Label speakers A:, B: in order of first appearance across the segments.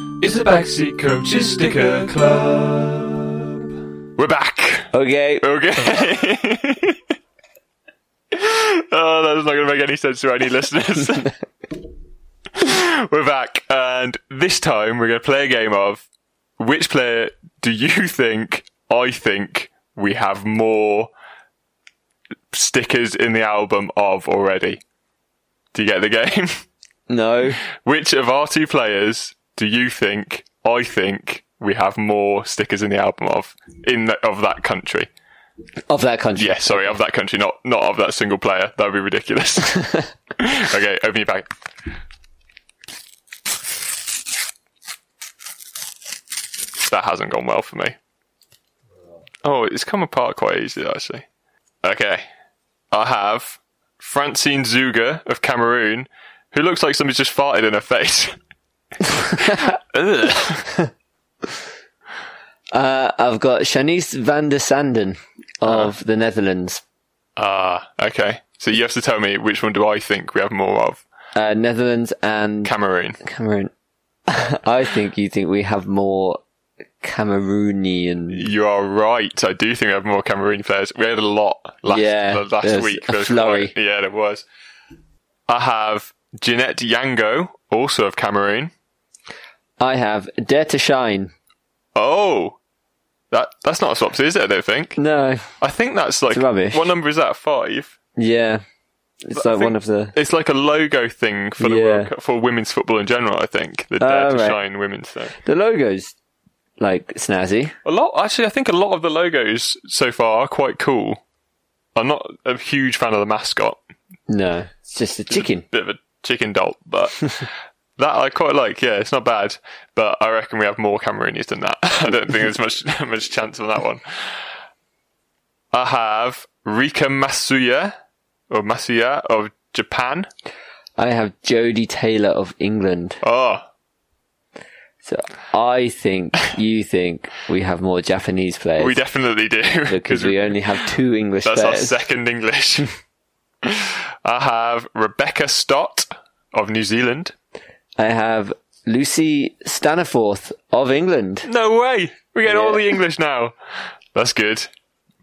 A: It's the Backseat Coaches Sticker Club. We're back.
B: Okay.
A: Okay. oh, that's not going to make any sense to any listeners. we're back, and this time we're going to play a game of which player do you think I think we have more stickers in the album of already? Do you get the game?
B: No.
A: Which of our two players do you think, I think, we have more stickers in the album of in the, of that country?
B: Of that country.
A: Yeah, sorry, of that country, not not of that single player. That would be ridiculous. okay, open your bag. That hasn't gone well for me. Oh, it's come apart quite easily actually. Okay, I have Francine Zuga of Cameroon, who looks like somebody's just farted in her face. Ugh.
B: Uh, I've got Shanice van der Sanden of the Netherlands.
A: Ah, okay. So you have to tell me which one do I think we have more of?
B: Uh, Netherlands and
A: Cameroon.
B: Cameroon. I think you think we have more Cameroonian.
A: You are right. I do think we have more Cameroon players. We had a lot last
B: Yeah,
A: the last
B: there's
A: week.
B: a
A: There was
B: flurry.
A: quite- yeah, there was. I have Jeanette Yango, also of Cameroon.
B: I have Dare to Shine.
A: Oh, that that's not a swapsy, is it? I don't think.
B: No.
A: I think that's like
B: rubbish.
A: what number is that? Five.
B: Yeah. It's like
A: think-
B: one of the.
A: It's like a logo thing for the
B: Yeah.
A: World Cup, for women's football in general. I think the Dare
B: Oh,
A: to
B: right.
A: Shine women's thing.
B: The logo's like snazzy.
A: A lot, actually, I think a lot of the logos so far are quite cool. I'm not a huge fan of the mascot,
B: No. It's just a chicken.
A: bit of a chicken dolt, but that I quite like. Yeah, it's not bad, but I reckon we have more Cameroonians than that. I don't think there's much much chance on that one. I have Rika Masuya or Masuya of Japan.
B: I have Jodie Taylor of England.
A: Oh,
B: So I think you think we have more Japanese players
A: we definitely do
B: because we only have two English
A: That's our
B: players.
A: second English. I have Rebecca Stott of New Zealand.
B: I have Lucy Staniforth of England,
A: No way! We get all
B: Yeah.
A: the English now. That's good.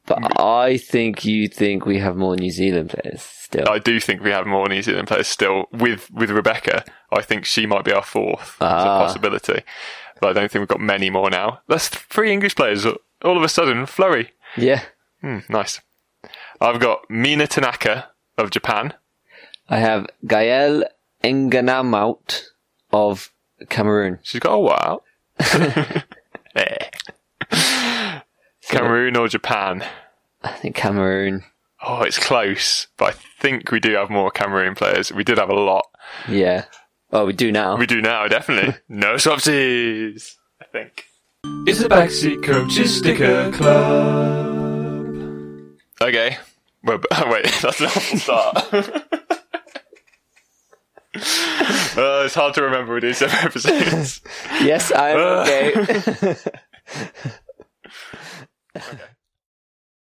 B: but I think you think we have more New Zealand players still.
A: I do think we have more New Zealand players still with with Rebecca. I think she might be our fourth. It's a
B: Ah.
A: possibility. But I don't think we've got many more now. That's three English players all of a sudden. Flurry.
B: yeah,
A: Hmm, nice. I've got Mina Tanaka of Japan.
B: I have Gael Enganamout of Cameroon.
A: She's got a while. Eh. Cameroon or Japan?
B: I think Cameroon.
A: Oh, it's close, but I think we do have more Cameroon players. We did have a lot.
B: Yeah. Oh, we do now.
A: We do now, definitely. no subsidies, I think.
C: It's the Backseat Coaches Sticker Club.
A: Okay. Well, b- wait, that's an awful start. uh, it's hard to remember we do separate episodes.
B: yes, I'm okay.